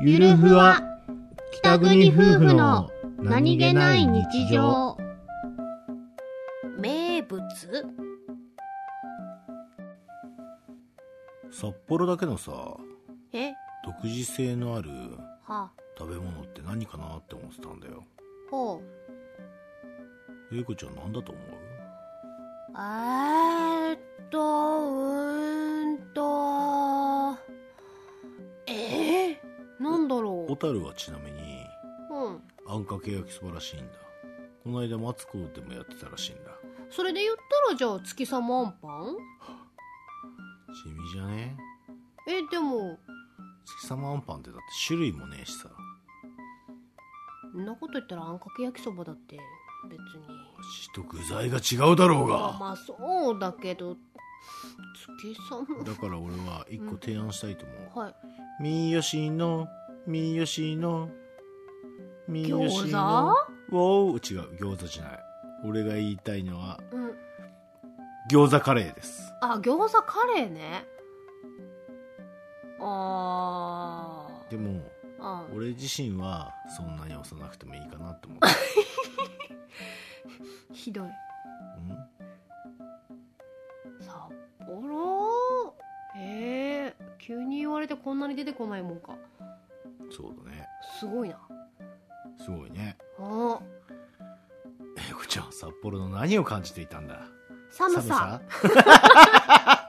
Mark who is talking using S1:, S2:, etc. S1: ゆるふわ北国夫婦の
S2: 名物
S1: 札幌だけのさ
S2: え
S1: 独自性のある
S2: は
S1: 食べ物って何かなって思ってたんだよ
S2: ほう
S1: 英子ちゃん何だと思う
S2: えーっとうーんとえー、なんだろ
S1: 小樽はちなみに
S2: ううん
S1: あんかけ焼きそばらしいんだこの間マツコでもやってたらしいんだ
S2: それで言ったらじゃあ月様あんパン
S1: 地味じゃね
S2: えでも
S1: 月様あんパンってだって種類もねえしさ
S2: そんなこと言ったらあんかけ焼きそばだって別に
S1: 味と具材が違うだろう
S2: まあ
S1: が
S2: まあそうだけど月様
S1: だから俺は一個提案したいと思う、
S2: はい
S1: みよしの、みよしの、みよし
S2: 餃
S1: の。おう、違う、餃子じゃない。俺が言いたいのは、
S2: うん
S1: 餃子カレーです。
S2: あ餃子カレーねあ
S1: でも、
S2: あ
S1: 俺自身はそんなに押さなくてもいいかなと思って。
S2: ひどい
S1: うん
S2: 札幌えー、急に言われてこんなに出てこないもんか
S1: そうだね。
S2: すごいな
S1: すごいね。
S2: あ
S1: えこちゃん、札幌の何を感じていたんだ
S2: 寒さ
S1: 寒さ